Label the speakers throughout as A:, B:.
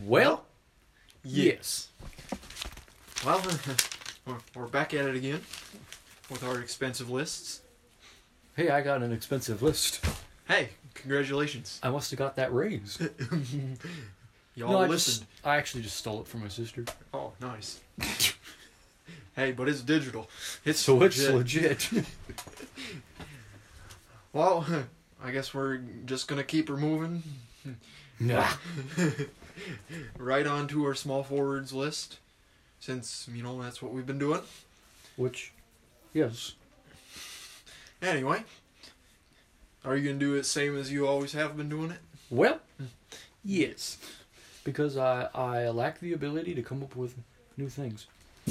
A: Well, yes.
B: Well, we're- we're back at it again with our expensive lists.
A: Hey, I got an expensive list.
B: Hey, congratulations.
A: I must have got that raised.
B: Y'all
A: I, just,
B: listened.
A: I actually just stole it from my sister.
B: Oh, nice. hey, but it's digital. It's
A: So it's
B: legit.
A: legit.
B: Well, I guess we're just gonna keep her moving
A: nah.
B: right on to our small forwards list, since you know that's what we've been doing.
A: Which, yes.
B: Anyway, are you gonna do it same as you always have been doing it?
A: Well, yes. Because I, I lack the ability to come up with new things.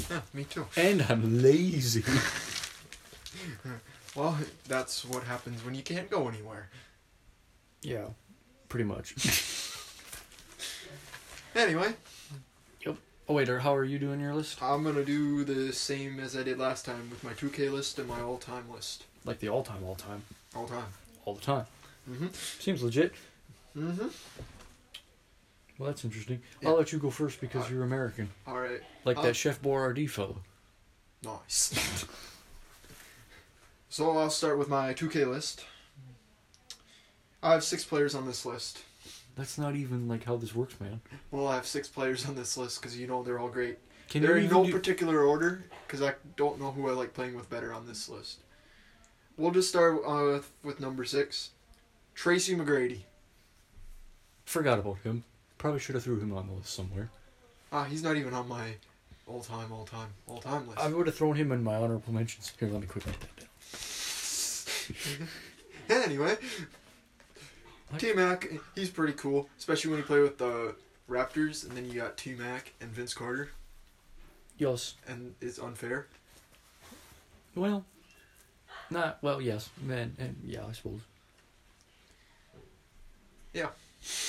B: Yeah, me too.
A: And I'm lazy.
B: Well, that's what happens when you can't go anywhere.
A: yeah, pretty much.
B: Anyway,
A: Oh, wait, or how are you doing your list?
B: I'm gonna do the same as I did last time with my 2K list and my all-time list.
A: Like the all time, all time.
B: All time.
A: All the time.
B: Mhm.
A: Seems legit.
B: Mhm.
A: Well, that's interesting.
B: Yeah.
A: I'll let you go first because
B: Alright.
A: you're American.
B: All right.
A: Like
B: Uh,
A: that Chef Borardee fellow.
B: Nice. so I'll start with my 2K list. I have six players on this list.
A: That's not even like how this works, man.
B: Well, I have six players on this list because you know they're all great.
A: Can
B: They're
A: you
B: in
A: even
B: no
A: do-
B: particular order because I don't know who I like playing with better on this list. We'll just start uh, with- with number six, Tracy McGrady.
A: Forgot about him. Probably should have threw him on the list somewhere.
B: Ah, he's not even on my all-time, all-time, all-time list.
A: I would have thrown him in my honorable mentions. Here, let me quick write that down.
B: anyway,
A: What?
B: T Mac, he's pretty cool, especially when you play with the Raptors, and then you got T Mac and Vince Carter,
A: Yes.
B: and it's unfair.
A: Well, not well. Yes, man, and yeah, I suppose.
B: Yeah.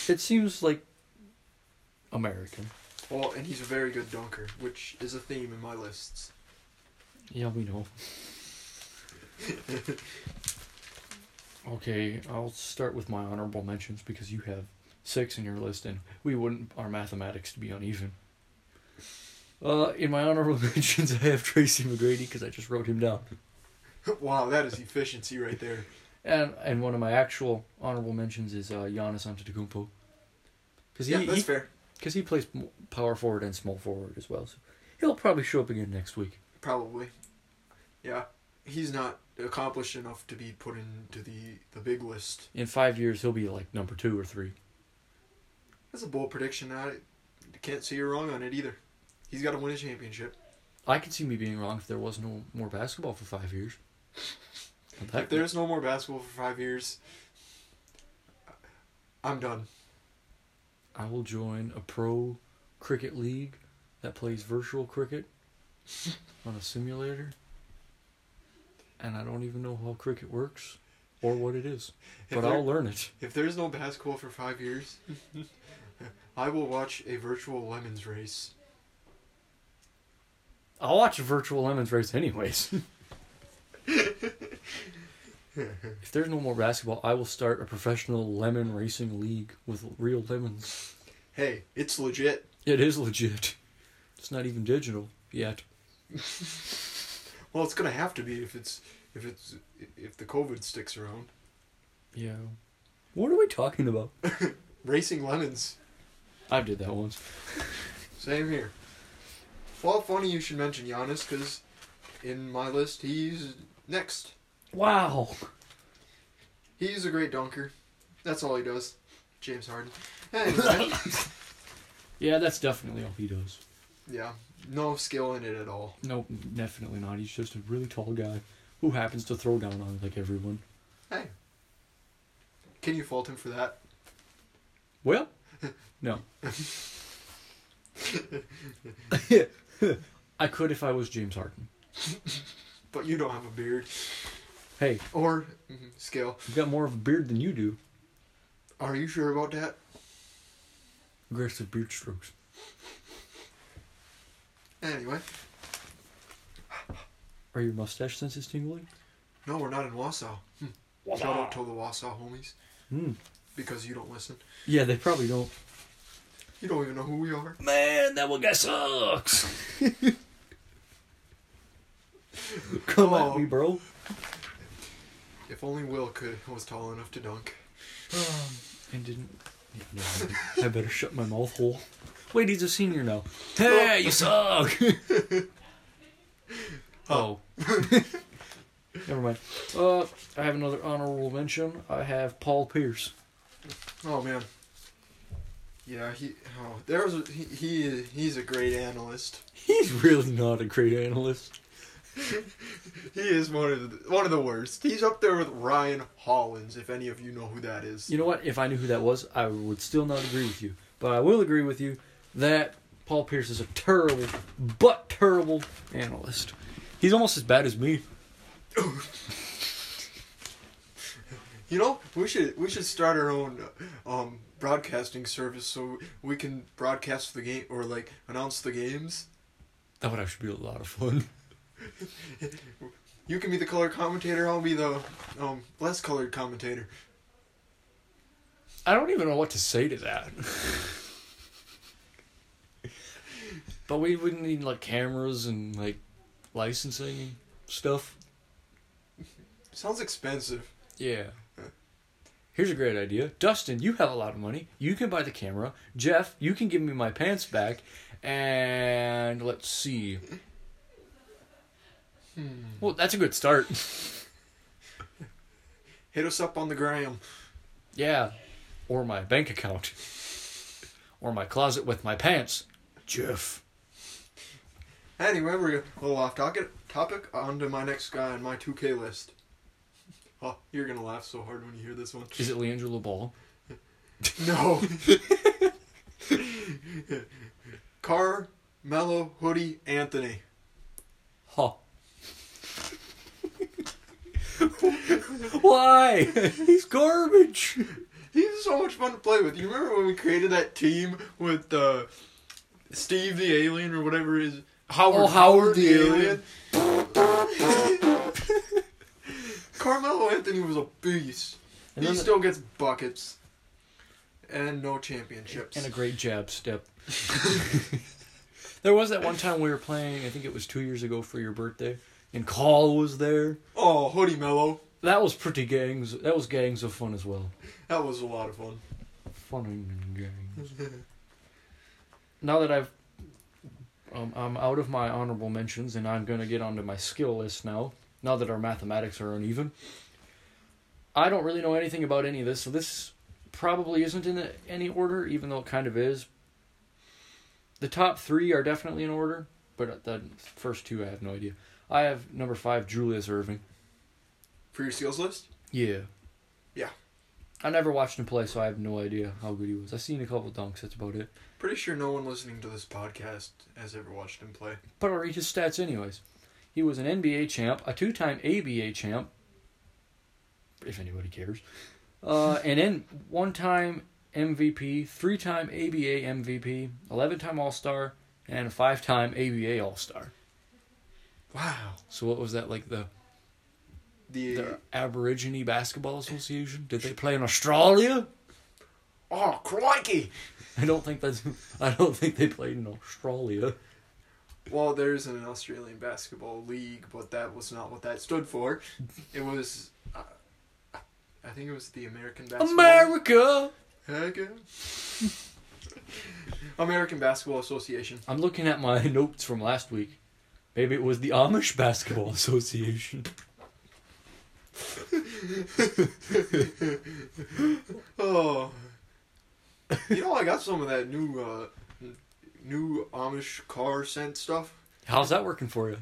A: It seems like American.
B: Well, and he's a very good dunker, which is a theme in my lists.
A: Yeah, we know. okay, I'll start with my honorable mentions because you have six in your list, and we wouldn't our mathematics to be uneven. Uh, in my honorable mentions, I have Tracy McGrady because I just wrote him down.
B: wow, that is efficiency right there.
A: And and one of my actual honorable mentions is uh, Giannis Antetokounmpo. Because
B: Yeah,
A: he,
B: that's
A: he,
B: fair.
A: 'cause he plays m- power forward and small forward as well. So he'll probably show up again next week.
B: Probably. Yeah, he's not accomplished enough to be put into the the big list.
A: In five years, he'll be like number two or three.
B: That's a bold prediction. I can't see you're wrong on it either. He's got to win a championship.
A: I could see me being wrong if there was no more basketball for five years. Well,
B: If
A: that-
B: there's no more basketball for five years, I'm done.
A: I will join a pro cricket league that plays virtual cricket on a simulator, and I don't even know how cricket works or what it is,
B: If
A: but
B: there-
A: I'll learn it.
B: If there's no basketball for five years, I will watch a virtual lemons race.
A: I'll watch Virtual Lemons race anyways. if there's no more basketball, I will start a professional lemon racing league with real lemons.
B: Hey, it's legit.
A: It is legit. It's not even digital yet.
B: Well, it's gonna have to be if it's if it's if the COVID sticks around.
A: Yeah. What are we talking about?
B: Racing lemons.
A: I did that once.
B: Same here. Well, funny you should mention Giannis because in my list he's next.
A: Wow.
B: He's a great dunker. That's all he does. James Harden. Anyway,
A: Yeah, that's definitely all he does.
B: yeah, no skill in it at all.
A: No, definitely not. He's just a really tall guy who happens to throw down on like everyone.
B: Hey, can you fault him for that?
A: Well, no. I could if I was James Harden.
B: But you don't have a beard
A: Hey,
B: or mm, skill.
A: you've got more of a beard than you do.
B: Are you sure about that?
A: Aggressive beard strokes.
B: Anyway,
A: Are your mustache senses tingling?
B: no, we're not in Wausau. Hmm. Shout out to the Wausau homies
A: Hmm.
B: because you don't listen.
A: Yeah, they probably don't.
B: You don't even know who we are.
A: Man, that one guy sucks.
B: Come
A: Let me, bro.
B: If only Will could was tall enough to dunk.
A: and didn't. Yeah, no, I didn't. I better shut my mouth hole. Wait, he's a senior now. Hey, you suck. oh. Never mind. Uh, I have another honorable mention. I have Paul Pierce.
B: Oh man. Yeah, he. Oh, there was. He, he he's a great analyst.
A: He's really not a great analyst.
B: He is one of the one of the worst. He's up there with Ryan Hollins. If any of you know who that is.
A: You know what? If I knew who that was, I would still not agree with you. But I will agree with you that Paul Pierce is a terrible, but terrible analyst. He's almost as bad as me.
B: You know, we should we should start our own um, broadcasting service so we can broadcast the game or like announce the games.
A: That would actually be a lot of fun.
B: You can be the color commentator. I'll be the um, less colored commentator.
A: I don't even know what to say to that. but we wouldn't need like cameras and like licensing stuff.
B: Sounds expensive.
A: Yeah. Here's a great idea. Dustin, you have a lot of money. You can buy the camera. Jeff, you can give me my pants back. And let's see. Well, that's a good start.
B: Hit us up on the gram.
A: yeah. Or my bank account. Or my closet with my pants. Jeff.
B: Anyway, we're a little off topic. Topic onto my next guy on my 2K list. Oh, you're gonna laugh so hard when you hear this one.
A: Is it Leandro Ball?
B: No. Carmelo Hoodie Anthony.
A: Huh. Why? He's garbage.
B: He's so much fun to play with. You remember when we created that team with uh, Steve the Alien or whatever his Howard,
A: Oh, Howard the
B: Carmelo Anthony was a beast.
A: And
B: he
A: then-
B: still gets buckets and no championships.
A: And a great jab step. there was that one time we were playing, I think it was two years ago for your birthday, and Call was there.
B: oh, Hoodie Mello,
A: That was pretty gangs. That was gangs of fun as well.
B: that was a lot of fun.
A: Fun and gangs. now that I've. Um, I'm out of my honorable mentions, and I'm going to get onto my skill list now. Now that our mathematics are uneven, I don't really know anything about any of this, so this probably isn't in any order, even though it kind of is. The top three are definitely in order, but the first two I have no idea. I have number five, Julius Irving.
B: For your skills list,
A: Yeah.
B: Yeah.
A: I never watched him play, so I have no idea how good he was. I've seen a couple dunks, that's about it.
B: pretty sure no one listening to this podcast has ever watched him play.
A: But I'll read his stats anyways. He was an NBA champ, a two time ABA champ, if anybody cares, uh, and then one time MVP, three time ABA MVP, 11 time All Star, and a five time ABA All Star.
B: Wow.
A: So what was that like the,
B: The
A: the Aborigine Basketball Association? Did they play in Australia?
B: oh crikey!
A: I don't think that's. I don't think they played in Australia.
B: Well, there's an Australian basketball league, but that was not what that stood for. It was, uh, I think it was the American basketball.
A: America.
B: America. American Basketball Association.
A: I'm looking at my notes from last week. Maybe it was the Amish Basketball Association.
B: Oh, you know I got some of that new, uh, n- new Amish car scent stuff.
A: How's that working for you?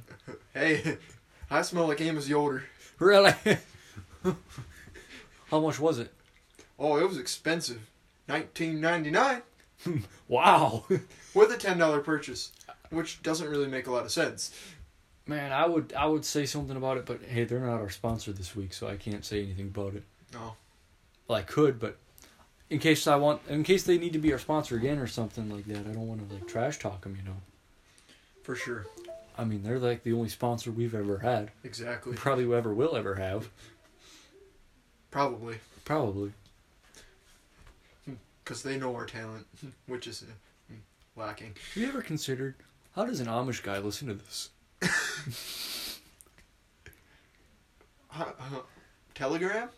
B: Hey, I smell like Amos Yoder.
A: Really? How much was it?
B: Oh, it was expensive, nineteen ninety nine
A: Wow.
B: with a ten dollar purchase, which doesn't really make a lot of sense.
A: Man, I would I would say something about it, but hey, they're not our sponsor this week, so I can't say anything about it.
B: No.
A: Well, I could, but in case I want, in case they need to be our sponsor again or something like that, I don't want to like trash talk them. You know,
B: For sure.
A: I mean, they're like the only sponsor we've ever had. We
B: Exactly.
A: probably ever will ever have.
B: Probably.
A: Probably.
B: Because they know our talent, which is mm, lacking.
A: Have you ever considered how does an Amish guy listen to this?
B: Huh, huh. Telegram?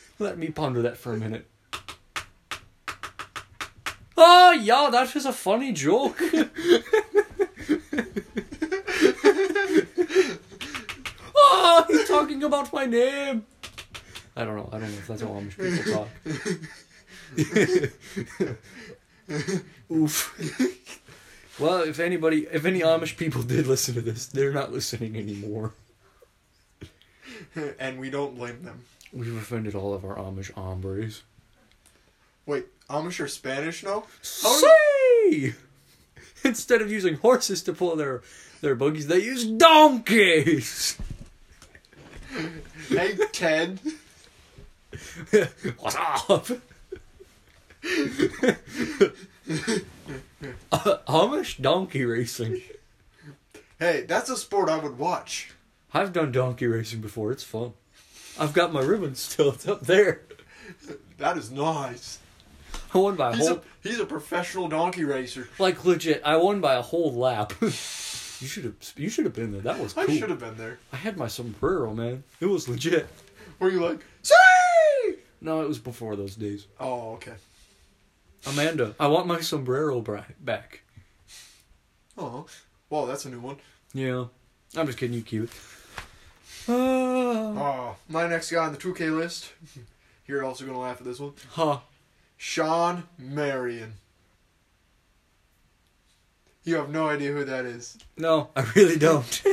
A: Let me ponder that for a minute. Oh, yeah, that was a funny joke. oh, he's talking about my name. I don't know. I don't know if that's how Amish people talk. Oof. Well, if anybody, if any Amish people did listen to this, they're not listening anymore.
B: and we don't blame them.
A: We've offended all of our Amish hombres.
B: Wait, Amish or Spanish now? How
A: Say!
B: do-
A: Oh, Instead of using horses to pull their their buggies, they use donkeys.
B: hey, Ted.
A: What's up? Uh, Amish donkey racing.
B: Hey, that's a sport I would watch.
A: I've done donkey racing before. It's fun. I've got my ribbon still. It's up there.
B: That is nice.
A: I won by a
B: He's
A: whole,
B: a, he's a professional donkey racer.
A: like legit. I won by a whole lap. you should have. You should have been there. That was cool.
B: I should have been there.
A: I had my sombrero, man. It was legit.
B: Were you like, say?
A: No, it was before those days.
B: Oh, okay.
A: Amanda, I want my sombrero bri- back.
B: Oh, well, that's a new one.
A: Yeah. I'm just kidding, you cute. Uh,
B: Oh, my next guy on the 2K list. You're also gonna laugh at this one.
A: huh.
B: Sean Marion. You have no idea who that is.
A: No, I really don't.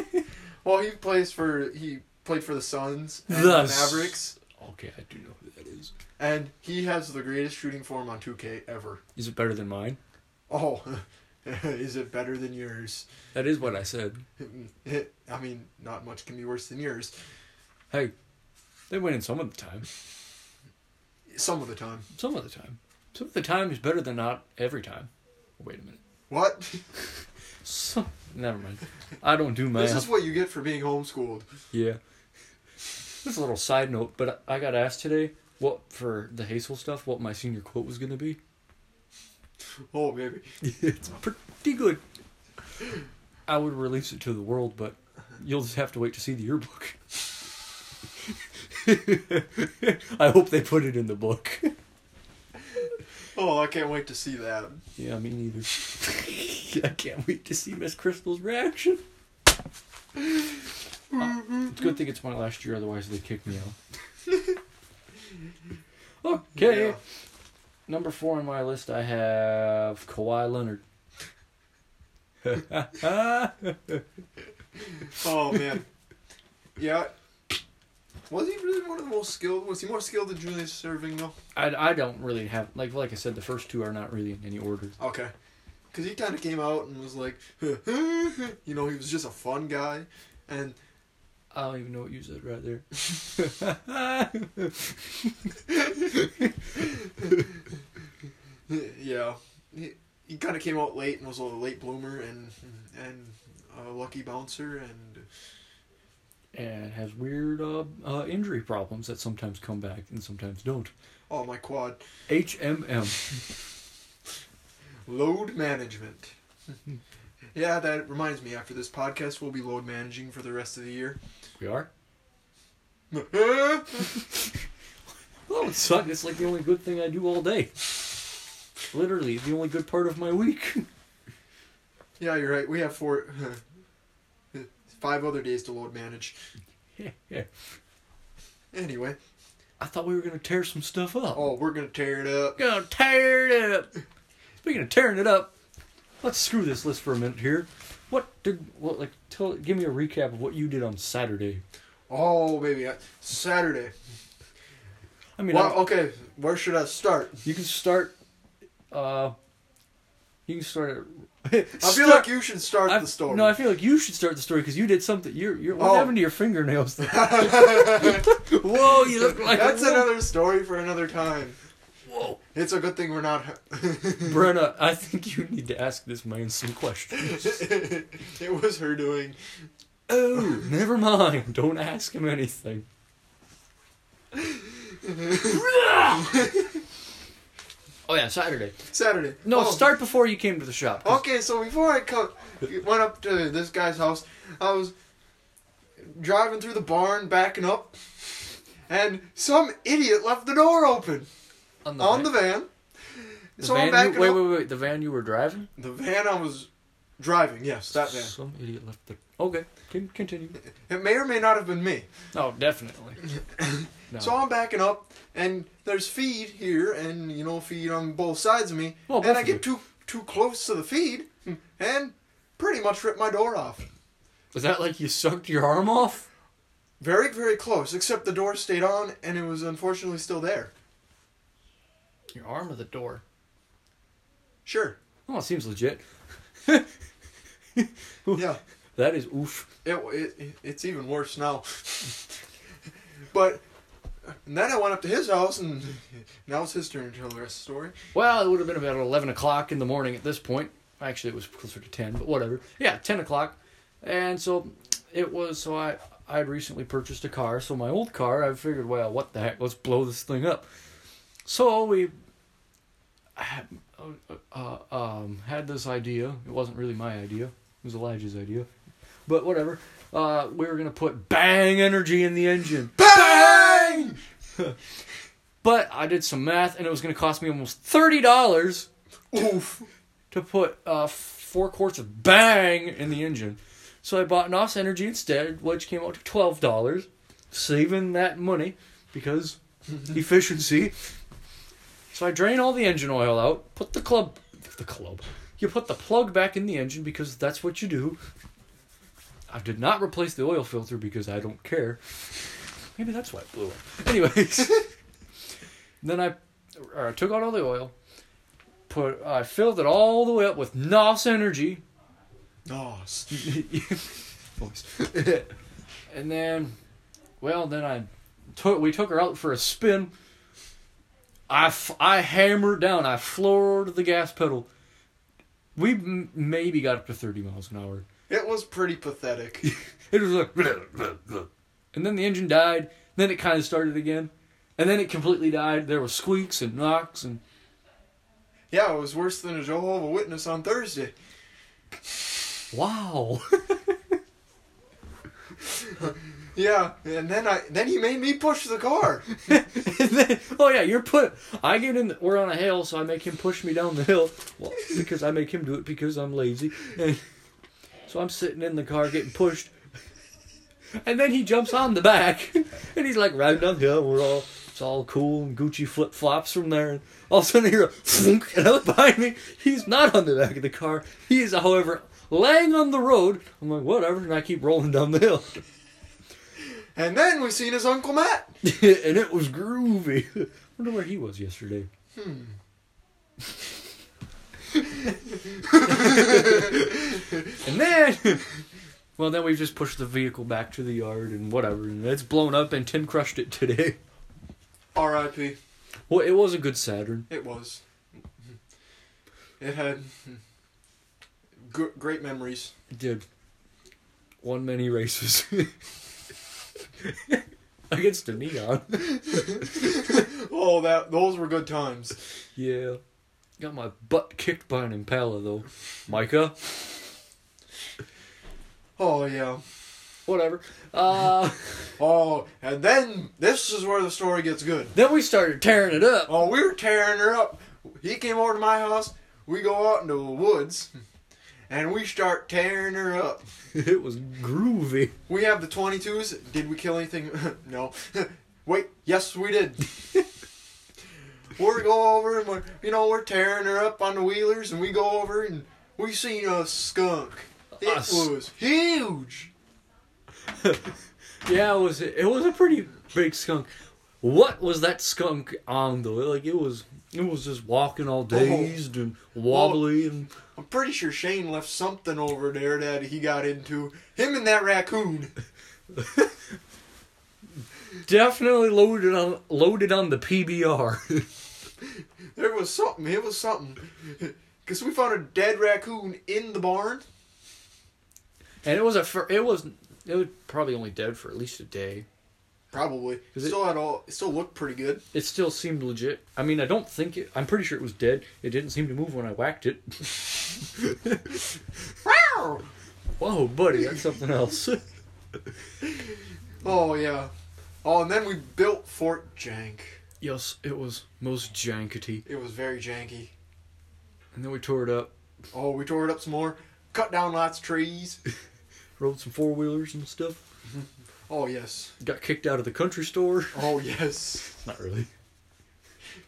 B: Well, he plays for he played for the Suns and
A: The
B: the
A: S-
B: Mavericks,
A: okay, I do know who that is.
B: and he has the greatest shooting form on 2K ever.
A: Is it better than mine?
B: Oh, is it better than yours?
A: That is what I said.
B: I mean, not much can be worse than yours.
A: Hey, they win in some of the time.
B: Some of the time.
A: Some of the time. Some of the time is better than not every time. Wait a minute.
B: What?
A: So, never mind. I don't do math.
B: This is what you get for being homeschooled.
A: Yeah. Just a little side note, but I got asked today what for the Hazel stuff, what my senior quote was gonna be.
B: Oh, baby.
A: it's pretty good. I would release it to the world, but you'll just have to wait to see the yearbook. I hope they put it in the book.
B: Oh, I can't wait to see that.
A: Yeah, me neither. I can't wait to see Miss Crystal's reaction. Uh, it's a good thing it's my last year, otherwise they'd kick me out. okay.
B: Yeah.
A: Number four on my list, I have Kawhi Leonard.
B: Oh man. yeah. Was he really one of the most skilled? Was he more skilled than Julius Serving though?
A: I, I don't really have like like I said, the first two are not really in any order.
B: Okay. Cause he kind of came out and was like, you know, he was just a fun guy, and
A: I don't even know what you said right there.
B: yeah, he, he kind of came out late and was a late bloomer and and a lucky bouncer and
A: and has weird uh, uh, injury problems that sometimes come back and sometimes don't.
B: oh my quad
A: HMM.
B: load management. yeah, that reminds me. After this podcast, we'll be load managing for the rest of the year.
A: We are. Well, it sucks. It's like the only good thing I do all day. Literally, the only good part of my week.
B: Yeah, you're right. We have four, five other days to load manage.
A: yeah, yeah.
B: Anyway,
A: I thought we were gonna tear some stuff up.
B: oh, we're gonna tear it up.
A: gonna tear it up. Speaking of tearing it up, let's screw this list for a minute here. What did what like tell? Give me a recap of what you did on Saturday.
B: Oh, baby, I- Saturday.
A: I mean,
B: Wow.
A: I-
B: Okay, where should I start?
A: you can start. Uh, you can start. At,
B: I feel like you should start
A: I,
B: the story.
A: No, I feel like you should start the story because you did something. You're you're what
B: Oh.
A: happened to your fingernails? Whoa, you look like
B: That's
A: a wolf.
B: another story for another time.
A: Whoa,
B: It's a good thing we're not.
A: Brenna, I think you need to ask this man some questions.
B: it was her doing.
A: oh, never mind. Don't ask him anything. Oh yeah, Saturday.
B: Saturday.
A: No,
B: Oh,
A: start before you came to the shop. 'cause-
B: Okay, so before I come, went up to this guy's house. I was driving through the barn, backing up, and some idiot left the door open
A: on van-
B: on the van.
A: the
B: so
A: van
B: I'm
A: you-
B: backing
A: wait,
B: up.
A: wait, wait, The van you were driving.
B: The van I was driving, yes, that van.
A: Some idiot left the. Okay, can continue.
B: It may or may not have been me.
A: No, Oh, definitely. No.
B: So I'm backing up, and there's feed here, and you know feed on both sides of me,
A: Well, both
B: and I
A: of
B: get too too close to the feed, and pretty much rip my door off.
A: Was that like you sucked your arm off?
B: Very very close, except the door stayed on, and it was unfortunately still there.
A: Your arm or the door?
B: Sure.
A: Oh, it seems legit.
B: Yeah.
A: That is oof.
B: It, it it's even worse now. but and then I went up to his house, and now it's his turn to tell the rest of the story.
A: Well, it would have been about 11 o'clock in the morning at this point. Actually, it was closer to 10, but whatever. Yeah, 10 o'clock. And so it was, so I I had recently purchased a car. So my old car, I figured, well, what the heck, let's blow this thing up. So we had, uh, um, had this idea. It wasn't really my idea, it was Elijah's idea. But whatever. Uh, we were going to put bang energy in the engine.
B: Bang!
A: But I did some math, and it was going to cost me almost thirty dollars
B: Oof.
A: to put uh, four quarts of bang in the engine. So I bought NOS Energy instead, which came out to twelve dollars, saving that money because efficiency. So I drain all the engine oil out, put the club, the club, you put the plug back in the engine because that's what you do. I did not replace the oil filter because I don't care. Maybe that's why it blew up. Anyways, then I uh, took out all the oil, put I filled it all the way up with NOS energy.
B: Nos.
A: Voice. and then, well, then I took we took her out for a spin. I, f- I hammered down. I floored the gas pedal. We m- maybe got up to thirty miles an hour.
B: It was pretty pathetic.
A: It was like, and then the engine died. Then it kind of started again, and then it completely died. There were squeaks and knocks and
B: Yeah, it was worse than a Jehovah Witness on Thursday.
A: wow.
B: Yeah, and then I then he made me push the car.
A: And then- oh yeah, you're put. I get in. We're on a hill, so I make him push me down the hill. Well, because I make him do it because I'm lazy. And so I'm sitting in the car getting pushed, and then he jumps on the back, and he's like riding down the hill. We're all it's all cool and Gucci flip flops from there. And all of a sudden, I hear a thunk, and I look behind me. He's not on the back of the car. He is, however, laying on the road. I'm like whatever, and I keep rolling down the hill,
B: And then we seen his Uncle Matt.
A: and it was groovy. Hmm. Wonder where he was yesterday. And then, well, then we've just pushed the vehicle back to the yard and whatever, and it's blown up. And Tim crushed it today.
B: R.I.P.
A: Well, it was a good Saturn.
B: It was. It had g- great memories.
A: It did. Won many races against a neon.
B: Oh, that those were good times.
A: Yeah, got my butt kicked by an Impala though, Micah.
B: Oh yeah.
A: Whatever. Uh,
B: Oh, and then this is where the story gets good.
A: then we started tearing it up.
B: Oh, we were tearing her up. He came over to my house. We go out into the woods, and we start tearing her up.
A: It was groovy.
B: We have the 22s. Did we kill anything? no. Wait, yes, we did. we're go over and we're, you know, we're tearing her up on the wheelers, and we go over and we seen a skunk. It
A: A s-
B: was huge.
A: Yeah, it was it was a pretty big skunk. What was that skunk on though? Like it was it was just walking all dazed and wobbly and
B: I'm pretty sure Shane left something over there that he got into. Him and that raccoon.
A: definitely loaded on loaded on the PBR.
B: There was something. It was something. Because we found a dead raccoon in the barn.
A: and it was a fir- it was it was probably only dead for at least a day.
B: Probably.
A: 'Cause it-
B: still had all. It still looked pretty good.
A: It still seemed legit. I mean, I don't think it. I'm pretty sure it was dead. It didn't seem to move when I whacked it.
B: Wow.
A: Whoa, buddy, that's something else.
B: Oh yeah. Oh, and then we built Fort Jank.
A: yes, it was most jankety.
B: It was very janky.
A: And then we tore it up,
B: Oh, we tore it up some more. Cut down lots of trees.
A: rode some four wheelers and stuff.
B: Oh yes.
A: Got kicked out of the country store.
B: Oh yes.
A: Not really,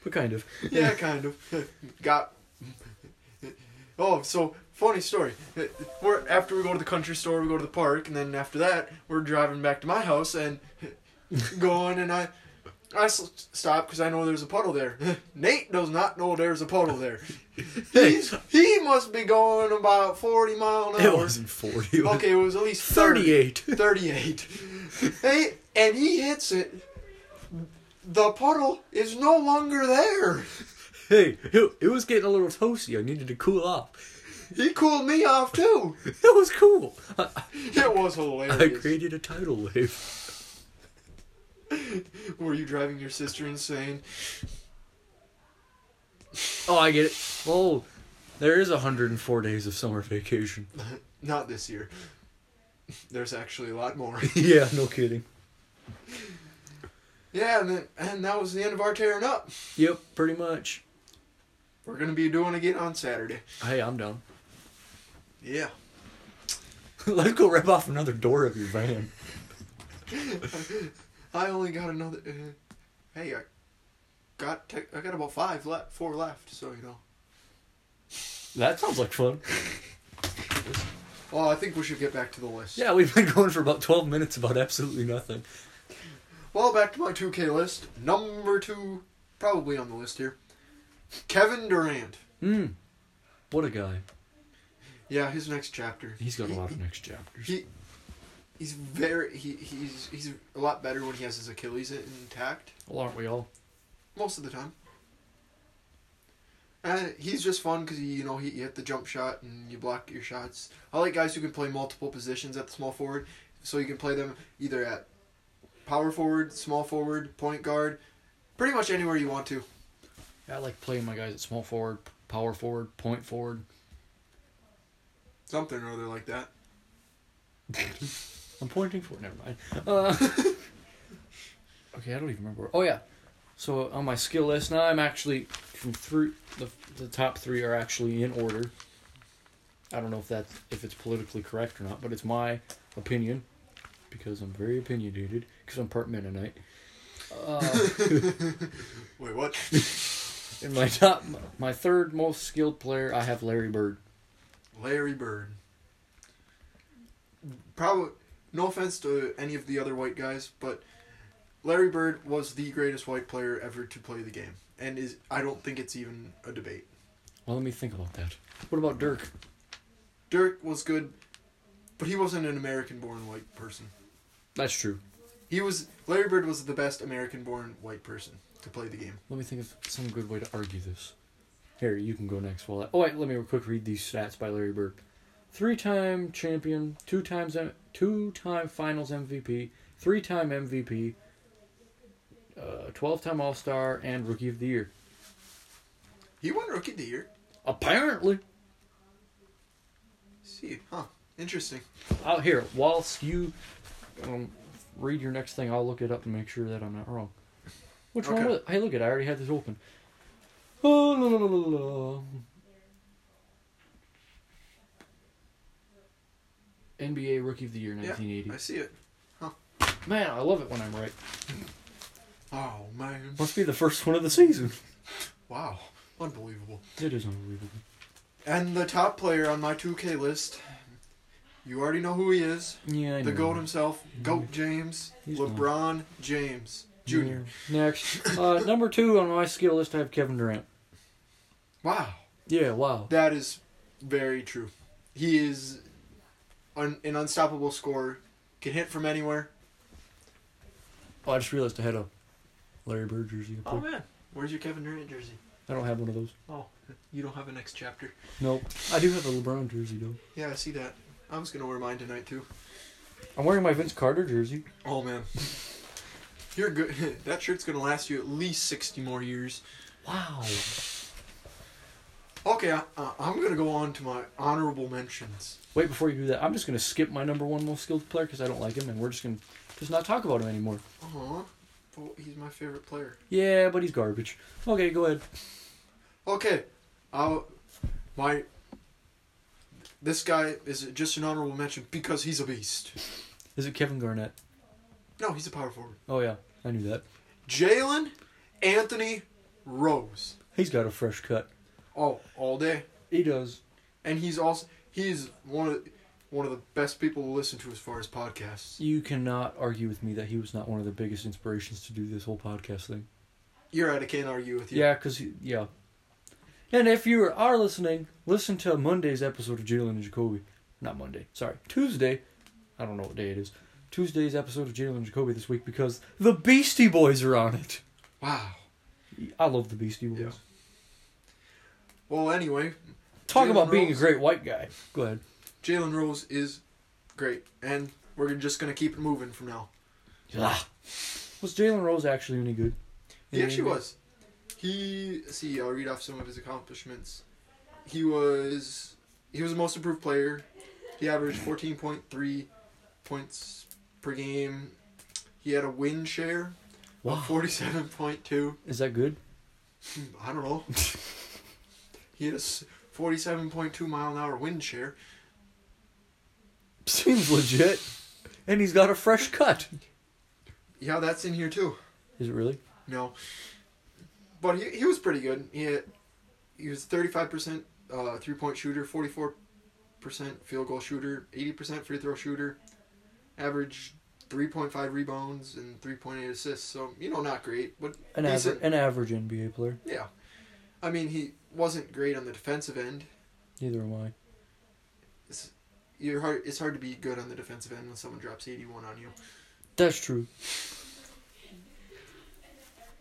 A: but kind of.
B: Yeah, kind of. Got. Oh, so funny story. We're after we go to the country store, we go to the park, and then after that, we're driving back to my house and going, and I. I s- stop because I know there's a puddle there. Nate does not know there's a puddle there. He's, he must be going about 40 mile an
A: It
B: hour.
A: wasn't forty. It was
B: Okay, it was at least 30.
A: thirty-eight.
B: 38. hey, and he hits it. The puddle is no longer there.
A: Hey, it, it was getting a little toasty. I needed to cool off.
B: He cooled me off too.
A: It was cool. I,
B: It was hilarious.
A: I created a tidal wave.
B: Were you driving your sister insane?
A: Oh, I get it. Oh, there is 104 days of summer vacation.
B: Not this year. There's actually a lot more.
A: yeah, no kidding.
B: yeah, and then, and that was the end of our tearing up.
A: Yep, pretty much.
B: We're gonna be doing again on Saturday.
A: Hey, I'm down.
B: Yeah.
A: Let's go rip off another door of your van.
B: I only got another. Uh, hey, I got te- I got about five left, four left. So you know.
A: That sounds like fun.
B: Oh, I think we should get back to the list.
A: Yeah, we've been going for about 12 minutes about absolutely nothing.
B: Well, back to my 2K list. Number two, probably on the list here. Kevin Durant.
A: Hmm. What a guy.
B: Yeah, his next chapter.
A: He's got a
B: He-
A: lot of next chapters.
B: He, he's very he, he's he's a lot better when he has his Achilles intact
A: Well, aren't we all?
B: most of the time. And he's just fun because you know he you hit the jump shot and you block your shots. I like guys who can play multiple positions at the small forward, so you can play them either at power forward, small forward, point guard, pretty much anywhere you want to.
A: I like playing my guys at small forward, power forward, point forward.
B: Something or other like that.
A: I'm pointing for. Never mind. Uh, okay, I don't even remember. Oh yeah. So on my skill list now, I'm actually from through the the top three are actually in order. I don't know if that's if it's politically correct or not, but it's my opinion because I'm very opinionated because I'm part Mennonite. Uh,
B: Wait, what?
A: in my top, my third most skilled player, I have Larry Bird.
B: Larry Bird. Probably, no offense to any of the other white guys, but Larry Bird was the greatest white player ever to play the game, and is I don't think it's even a debate.
A: Well, let me think about that. What about Dirk?
B: Dirk was good, but he wasn't an American-born white person.
A: That's true.
B: He was Larry Bird was the best American-born white person to play the game.
A: Let me think of some good way to argue this. Here, you can go next. While I, oh wait, let me real quick read these stats by Larry Bird. Three-time champion, two times M- two-time Finals MVP, three-time MVP, uh, twelve-time All-Star, and Rookie of the Year.
B: He won Rookie of the Year.
A: Apparently,
B: See, huh? Interesting.
A: out here. Whilst you um, read your next thing, I'll look it up and make sure that I'm not wrong. What's wrong
B: Okay.
A: with it? Hey, look at I already had this open. Oh, la, la, la, la, la. NBA Rookie of the Year,
B: Yeah,
A: 1980.
B: I see it.
A: Man, I love it when I'm right.
B: Oh man!
A: Must be the first one of the season.
B: Wow, unbelievable.
A: It is unbelievable.
B: And the top player on my 2K list, you already know who he is.
A: Yeah, I
B: The
A: know.
B: GOAT himself, GOAT James,
A: He's
B: LeBron James Jr.
A: Yeah. Next, uh, number two on my skill list, I have Kevin Durant.
B: Wow,
A: Yeah, wow.
B: that is very true. He is un- an unstoppable scorer, can hit from anywhere.
A: Oh, I just realized I had a Larry Bird jersey up there.
B: Oh, man, where's your Kevin Durant jersey?
A: I don't have one of those.
B: Oh, you don't have a next chapter.
A: Nope. I do have a LeBron jersey though.
B: Yeah, I see that. I was gonna wear mine tonight too.
A: I'm wearing my Vince Carter jersey.
B: Oh man, You're good. that shirt's gonna last you at least sixty more years.
A: Wow.
B: Okay, I, I, I'm gonna go on to my honorable mentions.
A: Wait, before you do that, I'm just going to skip my number one most skilled player because I don't like him, and we're just going to just not talk about him anymore.
B: Uh-huh. Oh, he's my favorite player.
A: Yeah, but he's garbage. Okay, go ahead.
B: Okay, I'll, my. This guy is just an honorable mention because he's a beast.
A: Is it Kevin Garnett?
B: No, he's a power forward.
A: Oh, yeah, I knew that.
B: Jalen Anthony Rose.
A: He's got a fresh cut.
B: Oh, all day.
A: He does.
B: And he's also he's one of one of the best people to listen to as far as podcasts.
A: You cannot argue with me that he was not one of the biggest inspirations to do this whole podcast thing.
B: You're right. I can't argue with you.
A: Yeah, because, yeah. And if you are listening, listen to Monday's episode of Jalen and Jacoby. Not Monday, sorry. Tuesday. I don't know what day it is. Tuesday's episode of Jalen and Jacoby this week because the Beastie Boys are on it.
B: Wow.
A: I love the Beastie Boys.
B: Yeah. Well, anyway,
A: Talk
B: Jalen
A: about being a
B: Rose.
A: great white guy. Go ahead.
B: Jalen Rose is great, and we're just gonna keep it moving from now.
A: Ah. Was Jalen Rose actually any good?
B: He actually
A: Any-
B: was. He see, I'll read off some of his accomplishments. He was he was the most improved player. He averaged fourteen point three points per game. He had a win share
A: Wow.
B: of forty seven point two.
A: Is that good?
B: I don't know. he had a forty seven point two mile an hour win share.
A: Seems legit. And he's got a fresh cut.
B: Yeah, that's in here too.
A: Is it really?
B: No. But he, he was pretty good. He had, he was 35% uh, three point shooter, 44% field goal shooter, 80% free throw shooter, average 3.5 rebounds, and 3.8 assists. So, you know, not great, but
A: An, aver-
B: decent.
A: an average NBA player.
B: Yeah. I mean, he wasn't great on the defensive end.
A: Neither am I.
B: You're hard, it's hard to be good on the defensive end when someone drops 81 on you.
A: That's true.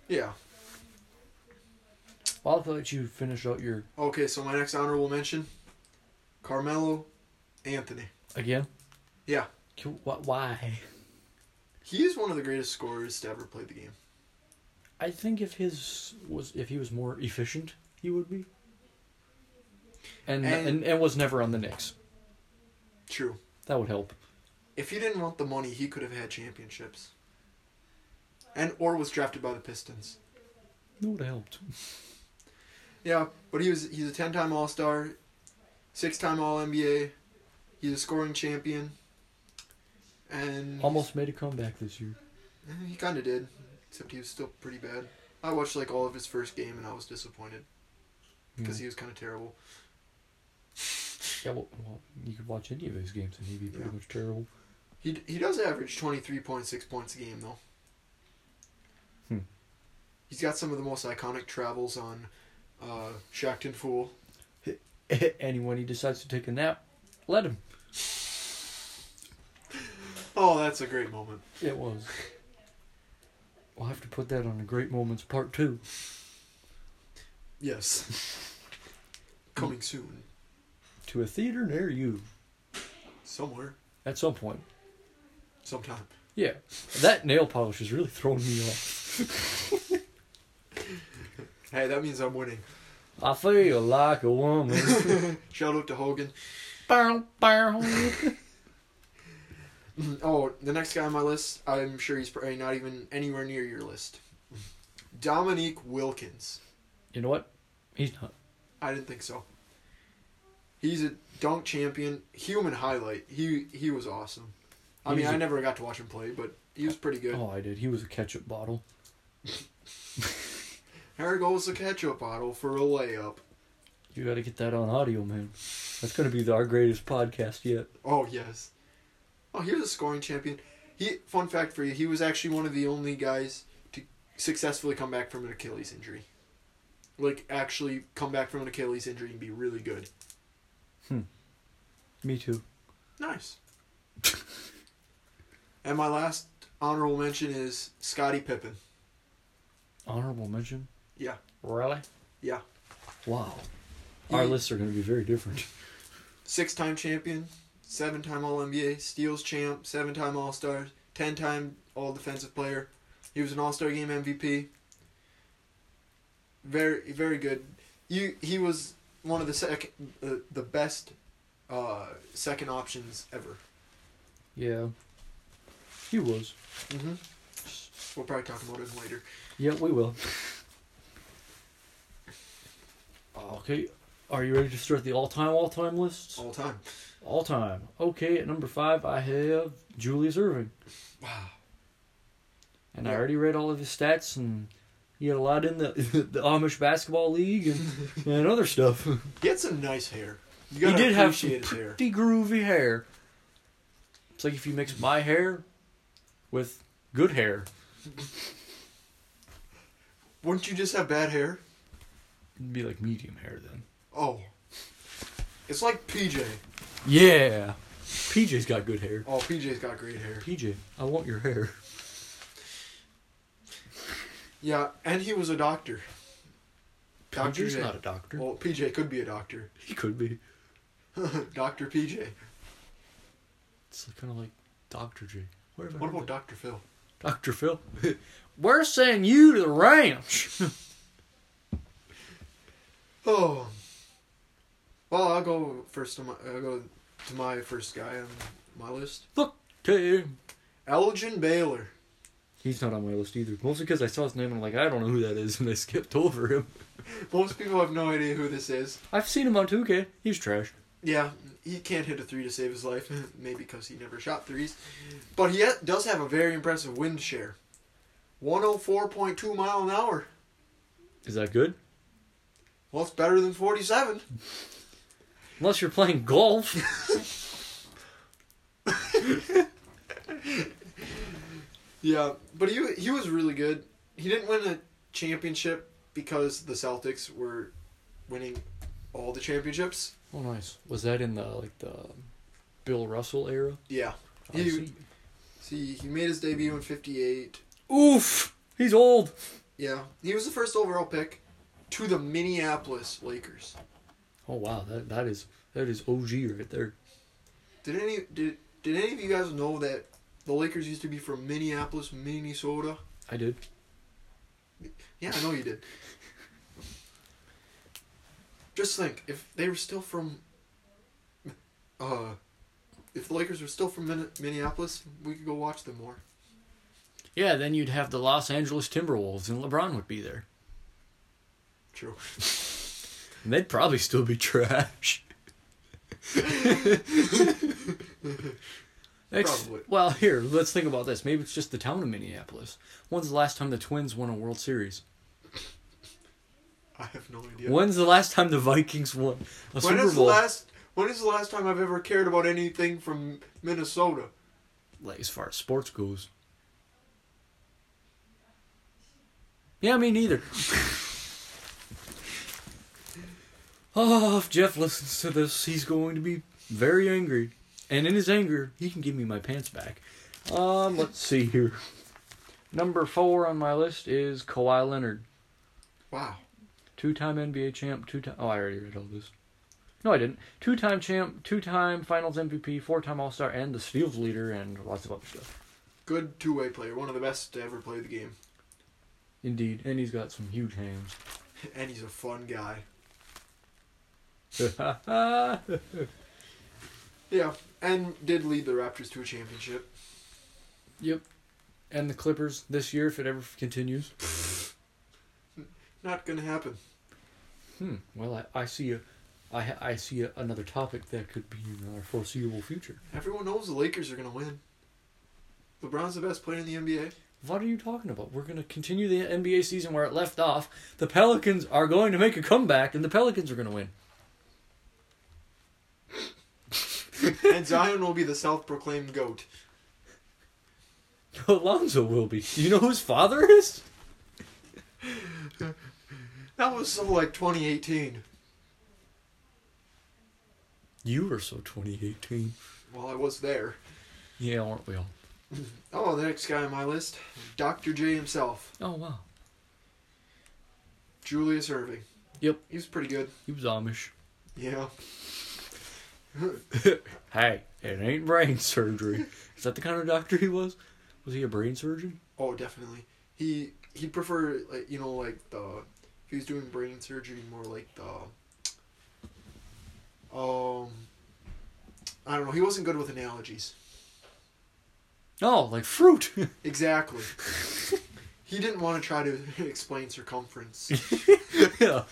B: Yeah.
A: Well, I'll let you finish out your.
B: Okay, so my next honorable mention Carmelo Anthony.
A: Again?
B: Yeah.
A: Can- wh- Why?
B: He is one of the greatest scorers to ever play the game.
A: I think if his was if he was more efficient, he would be. And and,
B: And-
A: and, was never on the Knicks.
B: True.
A: That would help.
B: If he didn't want the money, he could have had championships. And or was drafted by the Pistons.
A: That would have helped.
B: Yeah, but he was he's a ten time All Star, six time All NBA. He's a scoring champion. And
A: Almost made a comeback this year.
B: Eh, he kind of did, except he was still pretty bad. I watched like all of his first game and I was disappointed because
A: Hmm.
B: he was kind of terrible.
A: Yeah, well, well, you could watch any of his games and he'd be pretty
B: Yeah.
A: much terrible.
B: He d- he does average twenty three point six points a game though.
A: Hmm.
B: He's got some of the most iconic travels on uh, Shackton Fool.
A: and when he decides to take a nap, let him.
B: Oh, that's a great moment.
A: It was. We'll have to put that on a great moments part two.
B: Yes. Coming soon,
A: To a theater near you
B: somewhere,
A: at some point.
B: sometime.
A: Yeah. That nail polish is really throwing me off.
B: Hey, that means I'm winning.
A: I feel like a woman.
B: Shout out to Hogan.
A: Bow, bow.
B: Oh, the next guy on my list, I'm sure he's probably not even anywhere near your list. Dominique Wilkins.
A: you know what? He's not.
B: I didn't think so. He's a dunk champion, human highlight. He he was awesome. I
A: He's
B: mean, I
A: a-
B: never got to watch him play, but he was pretty good.
A: Oh, I did. He was a ketchup bottle.
B: There goes the ketchup bottle for a layup.
A: You got to get that on audio, man. That's going to be our greatest podcast yet.
B: Oh yes. Oh, he was a scoring champion. He fun fact for you, he was actually one of the only guys to successfully come back from an Achilles injury. Like actually come back from an Achilles injury and be really good.
A: Me too.
B: Nice. and my last honorable mention is Scottie Pippen.
A: Honorable mention?
B: Yeah.
A: Really?
B: Yeah.
A: Wow. Our
B: He-
A: lists are going to be very different.
B: six time champion, seven time All NBA, steals champ, seven time All Star, ten time All Defensive Player, He was an All Star Game MVP. Very very good. You he was one of the second uh, the best uh, second options ever.
A: Yeah. He was.
B: Mm-hmm. We'll probably talk about him later.
A: Yeah, we will. okay. Are you ready to start the all time, all time lists?
B: All time.
A: All time. Okay, at number five, I have Julius Irving.
B: Wow.
A: And I
B: Yeah.
A: already read all of his stats, and he had a lot in the, the Amish Basketball League and, and other stuff.
B: He had some nice hair. You
A: He
B: gotta
A: did have some
B: appreciate his hair.
A: pretty groovy hair. It's like if you mix my hair with good hair.
B: Wouldn't you just have bad hair?
A: It'd be like medium hair then.
B: Oh. It's like PJ.
A: Yeah. PJ's got good hair.
B: Oh, PJ's got great hair.
A: PJ, I want your hair.
B: Yeah, and he was a doctor. Dr.
A: PJ's
B: J.
A: not a doctor.
B: Well, PJ could be a doctor.
A: He could be.
B: Dr. PJ.
A: It's kind of like Dr. J. Where have I
B: What
A: heard
B: about Dr. Phil?
A: that? Dr. Phil? We're sending you to the ranch.
B: Oh. Well, I'll go first. To my, I'll go to my first guy on my list.
A: Look to him.
B: Elgin Baylor.
A: He's not on my list either. Mostly because I saw his name and I'm like, I don't know who that is, and I skipped over him.
B: Most people have no idea who this is.
A: I've seen him on 2K. He's trash.
B: Yeah, he can't hit a three to save his life, maybe because he never shot threes. But he ha- does have a very impressive wind share 104.2 mile an hour.
A: Is that good?
B: Well, it's better than 47.
A: Unless you're playing golf.
B: Yeah, but he he was really good. He didn't win a championship because the Celtics were winning all the championships.
A: oh, nice. Was that in the like the Bill Russell era?
B: Yeah.
A: I
B: He-
A: see.
B: See, he made his debut in 58.
A: Oof! He's old.
B: Yeah. He was the first overall pick to the Minneapolis Lakers.
A: Oh wow, that that is that is OG right there.
B: Did any did did any of you guys know that the Lakers used to be from Minneapolis, Minnesota?
A: I did.
B: Yeah, I know you did. Just think, if they were still from, uh, if the Lakers were still from Min- Minneapolis, we could go watch them more.
A: Yeah, then you'd have the Los Angeles Timberwolves and LeBron would be there.
B: True.
A: And they'd probably still be trash. Ex-
B: Probably.
A: Well, here, let's think about this. Maybe it's just the town of Minneapolis. When's the last time the Twins won a World Series?
B: I have no idea.
A: When's the last time the Vikings won a
B: when
A: Super
B: is the
A: Bowl?
B: last? When is the last time I've ever cared about anything from Minnesota?
A: Like, as far as sports goes. Yeah, me neither. oh, if Jeff listens to this, he's going to be very angry. And in his anger, he can give me my pants back. Um, let's see here. Number four on my list is Kawhi Leonard.
B: Wow.
A: Two-time NBA champ, two-time. Oh, I already read all this. No, I didn't. Two-time champ, two-time Finals MVP, four-time All-Star, and the steals leader, and lots of other stuff.
B: Good two-way player, one of the best to ever play the game,
A: Indeed, and he's got some huge hands.
B: and he's a fun guy. Yeah, and did lead the Raptors to a championship.
A: yep. And the Clippers this year, if it ever continues.
B: Not gonna happen.
A: Hmm. Well, I, I see a, I, ha- I see a, another topic that could be in our foreseeable future.
B: Everyone knows the Lakers are gonna win. LeBron's the best player in the NBA.
A: What are you talking about? We're going to continue the NBA season where it left off. The Pelicans are going to make a comeback, and the Pelicans are going to win.
B: and Zion will be the self-proclaimed goat.
A: Alonzo will be. Do you know whose father is?
B: That was so like 2018.
A: You were so 2018.
B: Well, I was there.
A: Yeah, aren't we all?
B: Oh, the next guy on my list, Dr. J himself,
A: Oh, wow.
B: Julius Irving.
A: Yep.
B: He's pretty good.
A: He was Amish.
B: Yeah.
A: Hey, it ain't brain surgery. is that the kind of doctor he was? Was he a brain surgeon?
B: Oh, definitely. he he prefer like you know like the if he was doing brain surgery more like the um I don't know he wasn't good with analogies
A: Oh, like fruit.
B: exactly he didn't want to try to explain circumference
A: yeah.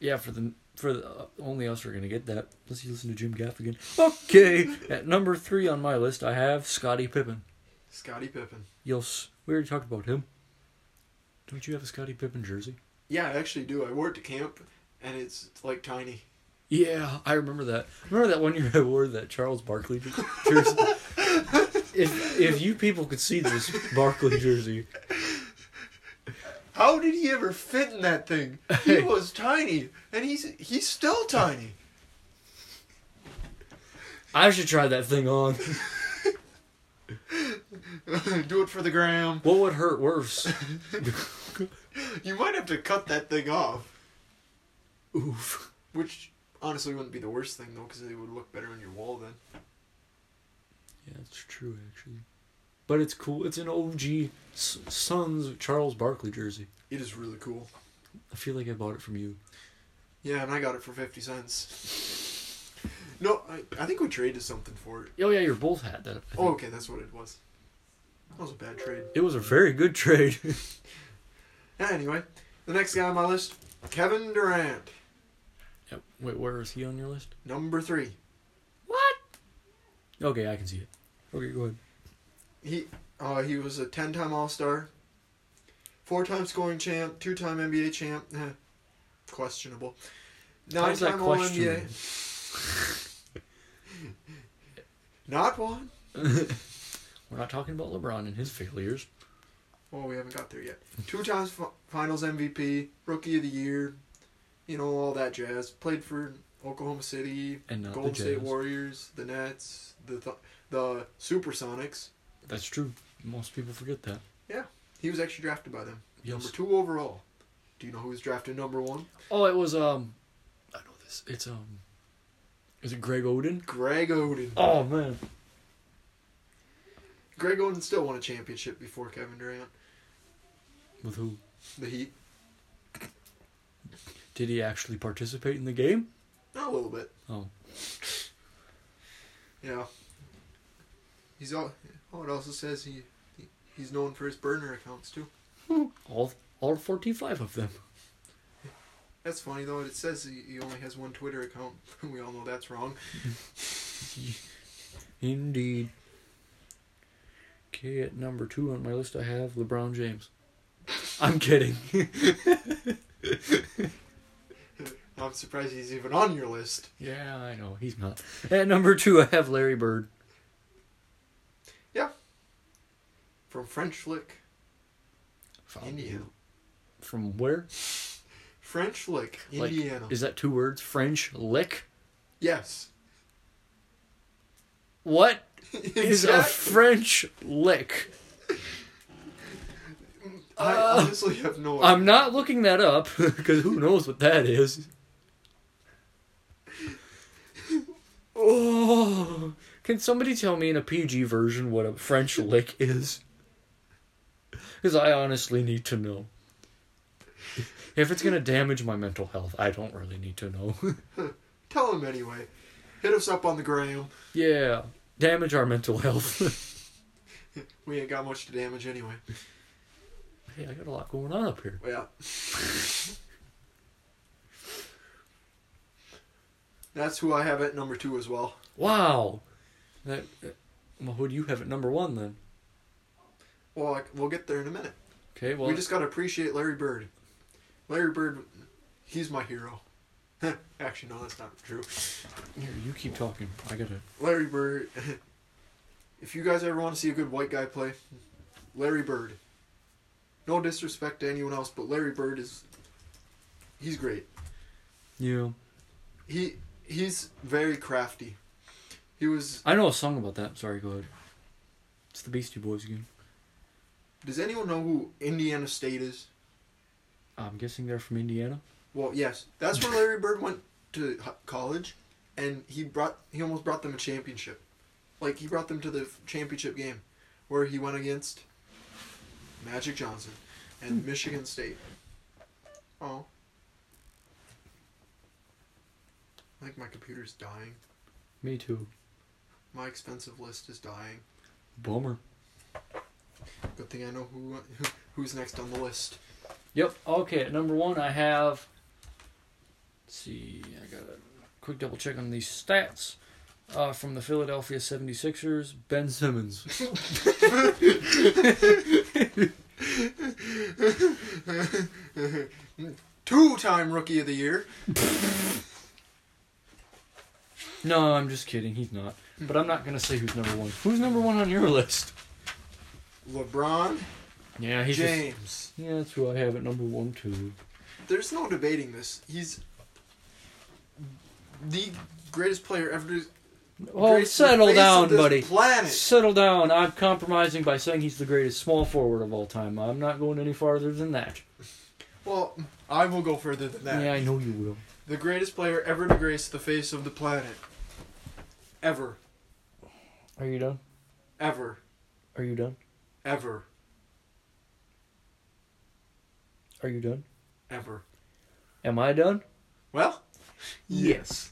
A: yeah, for the for the, uh, only us are gonna get that. Let's listen to Jim Gaffigan. Okay, at number three on my list, I have Scottie Pippen.
B: Scottie Pippen
A: Yes, we already talked about him. Don't you have a Scottie Pippen jersey?
B: yeah I actually do I wore it to camp and it's like tiny
A: Yeah, I remember that. Remember that one year I wore that Charles Barkley jer- jersey. if if you people could see this Barkley jersey,
B: how did he ever fit in that thing he was tiny and he's he's still tiny
A: I should try that thing on.
B: do it for the gram
A: What would hurt worse?
B: you might have to cut that thing off
A: Oof.
B: Which honestly wouldn't be the worst thing though, because it would look better on your wall then.
A: Yeah, it's true actually. But it's cool. It's an OG S- Suns Charles Barkley jersey.
B: It is really cool.
A: I feel like I bought it from you.
B: Yeah, and I got it for fifty cents. No, I, I think we traded something for it.
A: Oh yeah, your both had that. I think.
B: Oh, okay, that's what it was. That was a bad trade.
A: It was a very good trade.
B: Anyway, the next guy on my list, Kevin Durant,
A: yep. Wait, where is he on your list?
B: number three.
A: What? Okay, I can see it. Okay, go ahead.
B: He uh, he was a ten-time All-Star, four-time scoring champ, two-time NBA champ. eh, questionable.
A: How's that
B: Nine-time All-NBA. Not one.
A: We're not talking about LeBron and his failures.
B: Well, we haven't got there yet. Two times fi- Finals MVP, Rookie of the Year, you know all that jazz. Played for Oklahoma City,
A: And not
B: Golden
A: the
B: State
A: Jazz.
B: Warriors, the Nets, the th- the Supersonics.
A: That's true. Most people forget that.
B: He was actually drafted by them, number
A: Yes.
B: two overall. Do you know who was drafted number one?
A: Oh, it was um, I know this. It's um, is it Greg Oden?
B: Greg Oden.
A: Oh man.
B: Greg Oden still won a championship before Kevin Durant.
A: With who?
B: The Heat,
A: Did he actually participate in the game?
B: a little bit.
A: Oh,
B: Yeah. He's all. Oh, it also says he, he he's known for his burner accounts too.
A: all all forty-five of them.
B: That's funny though. It says he, he only has one Twitter account. We all know that's wrong.
A: Indeed. Okay, at number two on my list, I have LeBron James. I'm kidding.
B: I'm surprised he's even on your list.
A: yeah, I know he's not. At number two, I have Larry Bird.
B: From French Flick,
A: Oh,
B: Indiana.
A: From where?
B: French Flick,
A: Like,
B: Indiana.
A: Is that two words? French lick.
B: yes.
A: What is a
B: exactly.
A: French lick?
B: I
A: uh,
B: honestly have no idea.
A: I'm not looking that up because who knows what that is. Oh, can somebody tell me in a PG version what a French lick is? Because I honestly need to know. If it's gonna damage my mental health, I don't really need to know.
B: Tell him anyway. Hit us up on the gram.
A: yeah, damage our mental health.
B: We ain't got much to damage anyway.
A: hey, I got a lot going on up here.
B: Yeah. that's who I have at number two as well.
A: Wow. That, that- well, who do you have at number one then?
B: Well, I, we'll get there in a minute.
A: Okay, well,
B: we just gotta appreciate Larry Bird. Larry Bird, he's my hero. Actually, no, that's not true.
A: here, you keep talking. I gotta.
B: Larry Bird. if you guys ever want to see a good white guy play, Larry Bird. No disrespect to anyone else, but Larry Bird is. He's great.
A: Yeah.
B: He he's very crafty. He was.
A: I know a song about that. Sorry, go ahead. It's the Beastie Boys again.
B: Does anyone know who Indiana State is?
A: I'm guessing they're from Indiana.
B: Well, yes, that's where Larry Bird went to h- college, and he brought he almost brought them a championship. Like he brought them to the f- championship game, where he went against Magic Johnson,
A: Hmm.
B: and Michigan State. Oh. I think my computer's dying.
A: Me too.
B: My expensive list is dying.
A: Bummer.
B: Good thing I know who, who who's next on the list.
A: Yep. Okay. At number one, I have. Let's see, I got a quick double check on these stats uh, from the Philadelphia 76ers. Ben Simmons.
B: Two-time Rookie of the Year.
A: No, I'm just kidding. He's not. But I'm not gonna say who's number one. Who's number one on your list?
B: LeBron
A: Yeah, he's just-
B: James.
A: yeah, that's who I have at number one too.
B: There's no debating this. He's the greatest player ever.
A: Oh,
B: graced the
A: settle
B: face
A: down,
B: of this
A: buddy.
B: Planet.
A: Settle down. I'm compromising by saying he's the greatest small forward of all time. I'm not going any farther than that.
B: Well, I will go further than that.
A: Yeah, I know you will.
B: The greatest player ever to grace the face of the planet. Ever,
A: Are you done?
B: ever,
A: Are you done?
B: ever,
A: Are you done?
B: ever.
A: Am I done?
B: Well,
A: Yes.